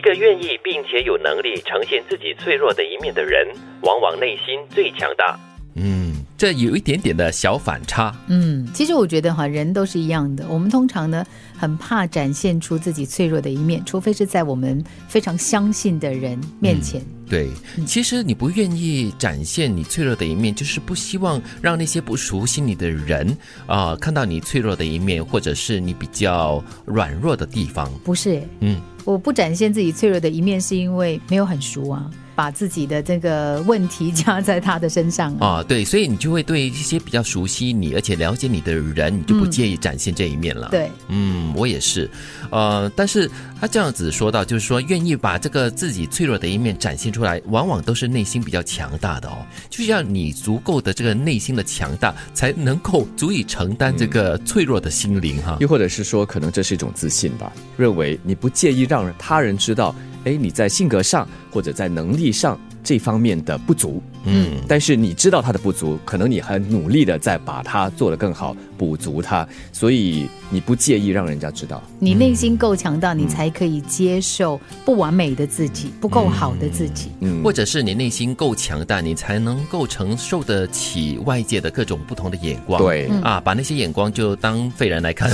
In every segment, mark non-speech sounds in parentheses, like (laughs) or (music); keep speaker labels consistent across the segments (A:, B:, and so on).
A: 个愿意并且有能力呈现自己脆弱的一面的人，往往内心最强大。
B: 嗯，这有一点点的小反差。
C: 嗯，其实我觉得哈，人都是一样的。我们通常呢，很怕展现出自己脆弱的一面，除非是在我们非常相信的人面前。
B: 嗯
C: 嗯
B: 对，其实你不愿意展现你脆弱的一面，就是不希望让那些不熟悉你的人啊、看到你脆弱的一面，或者是你比较软弱的地方。
C: 不是，
B: 哦嗯，
C: 我不展现自己脆弱的一面，是因为没有很熟啊，把自己的这个问题加在他的身上啊。
B: 啊，对，所以你就会对一些比较熟悉你而且了解你的人，你就不介意展现这一面了。
C: 对，
B: 嗯，我也是，呃，但是他这样子说到，就是说愿意把这个自己脆弱的一面展现出来，往往都是内心比较强大的哦，就是要你足够的这个内心的强大，才能够足以承担这个脆弱的心灵哈。
D: 又或者是说，可能这是一种自信吧，认为你不介意让他人知道，哎，你在性格上或者在能力上这方面的不足，
B: 嗯
D: 但是你知道他的不足，可能你很努力的在把它做得更好，补足它，所以你不介意让人家知道。
C: 你内心够强大，你才可以接受不完美的自己，不够好的自己。
D: 嗯
B: 或者是你内心够强大，你才能够承受得起外界的各种不同的眼光。
D: 对嗯
B: 啊，把那些眼光就当废人来
D: (laughs)
B: 看，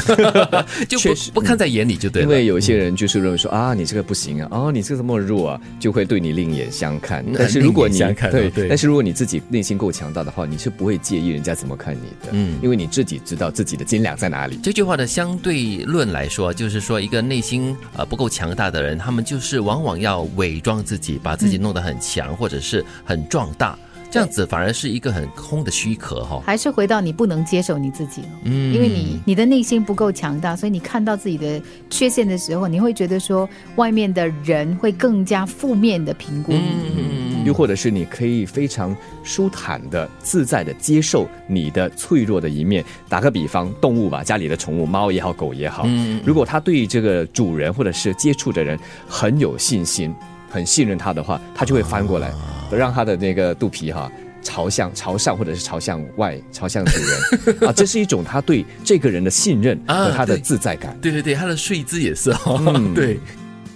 B: 就
D: 确
B: 不
D: 实
B: 不看在眼里就对嗯
D: 因
B: 了。
D: 为有一些人就是认为说啊，你这个不行啊，哦，你这个这么弱啊，就会对你另眼相看
B: 嗯。
D: 但是如果你
B: 另眼相看啊对
D: 对，但是如果你自己内心够强大的话，你是不会介意人家怎么看你的，
B: 嗯
D: 嗯，因为你自己知道自己的斤两在哪里。
B: 这句话的相对论来说，就是说一个内心呃不够强大的人，他们就是往往要伪装自己，把自己弄得很强、或者是很壮大，这样子反而是一个很空的虚壳哈、
C: 还是回到你不能接受你自己了，
B: 嗯
C: 因为你你的内心不够强大，所以你看到自己的缺陷的时候，你会觉得说外面的人会更加负面的评估你。
B: 嗯
D: 又或者是你可以非常舒坦的、自在的接受你的脆弱的一面。打个比方，动物吧，家里的宠物，猫也好，狗也好，
B: 嗯
D: 如果它对这个主人或者是接触的人很有信心、很信任它的话，它就会翻过来，
B: 啊
D: 让它的那个肚皮哈、朝向朝上，或者是朝向外，朝向主
B: (laughs)
D: 人啊，这是一种它对这个人的信任
B: 啊
D: 和它的
B: 对
D: 自在感。
B: 对对对，他的睡姿也是哈、(laughs)
D: 嗯
B: 对，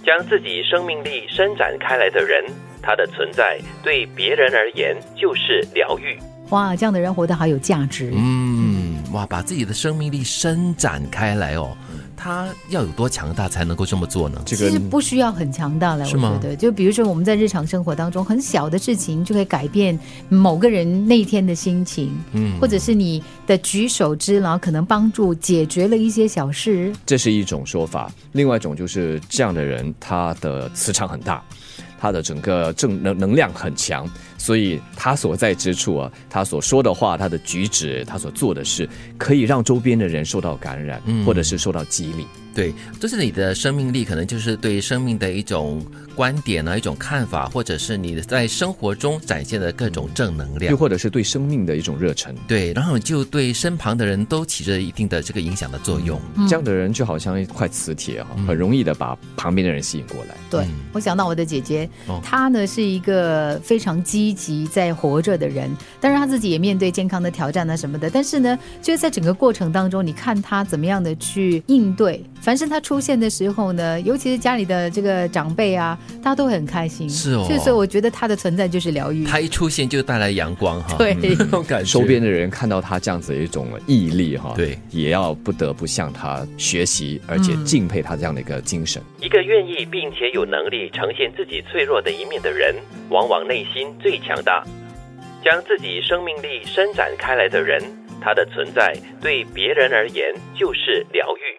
A: 将自己生命力伸展开来的人，他的存在对别人而言就是疗愈。
C: 哇，这样的人活得好有价值。
B: 嗯，哇，把自己的生命力伸展开来哦，他要有多强大才能够这么做呢？
D: 这
C: 其
D: 个
C: 实不需要很强大了，我
B: 是吗
C: 觉得，就比如说我们在日常生活当中，很小的事情就可以改变某个人那一天的心情，嗯，或者是你的举手之劳，可能帮助解决了一些小事，
D: 这是一种说法。另外一种就是这样的人，他的磁场很大，他的整个正能能量很强，所以他所在之处啊，他所说的话、他的举止、他所做的事，可以让周边的人受到感染，或者是受到激励。
B: 对，就是你的生命力，可能就是对生命的一种观点啊，一种看法，或者是你在生活中展现的各种正能量
D: 又。或者是对生命的一种热忱。
B: 对，然后就对身旁的人都起着一定的这个影响的作用。
D: 这样的人就好像一块磁铁哈、很容易的把旁边的人吸引过来。
C: 对，我想到我的姐姐，
B: 嗯哦
C: 她呢是一个非常积极在活着的人，当然她自己也面对健康的挑战啊什么的，但是呢，就是在整个过程当中，你看她怎么样的去应对。凡是她出现的时候呢，尤其是家里的这个长辈啊，大家都会很开心。
B: 是哦
C: 所以所以我觉得她的存在就是疗愈。
B: 他一出现就带来阳光哈，
C: 对
B: 那种感觉。
D: 周边的人看到他这样子的一种毅力哈、
B: 对，
D: 也要不得不向他学习，而且敬佩他这样的一个精神。
A: 一个愿意并且有能力呈现自己脆弱的一面的人，往往内心最强大。将自己生命力伸展开来的人，他的存在对别人而言就是疗愈。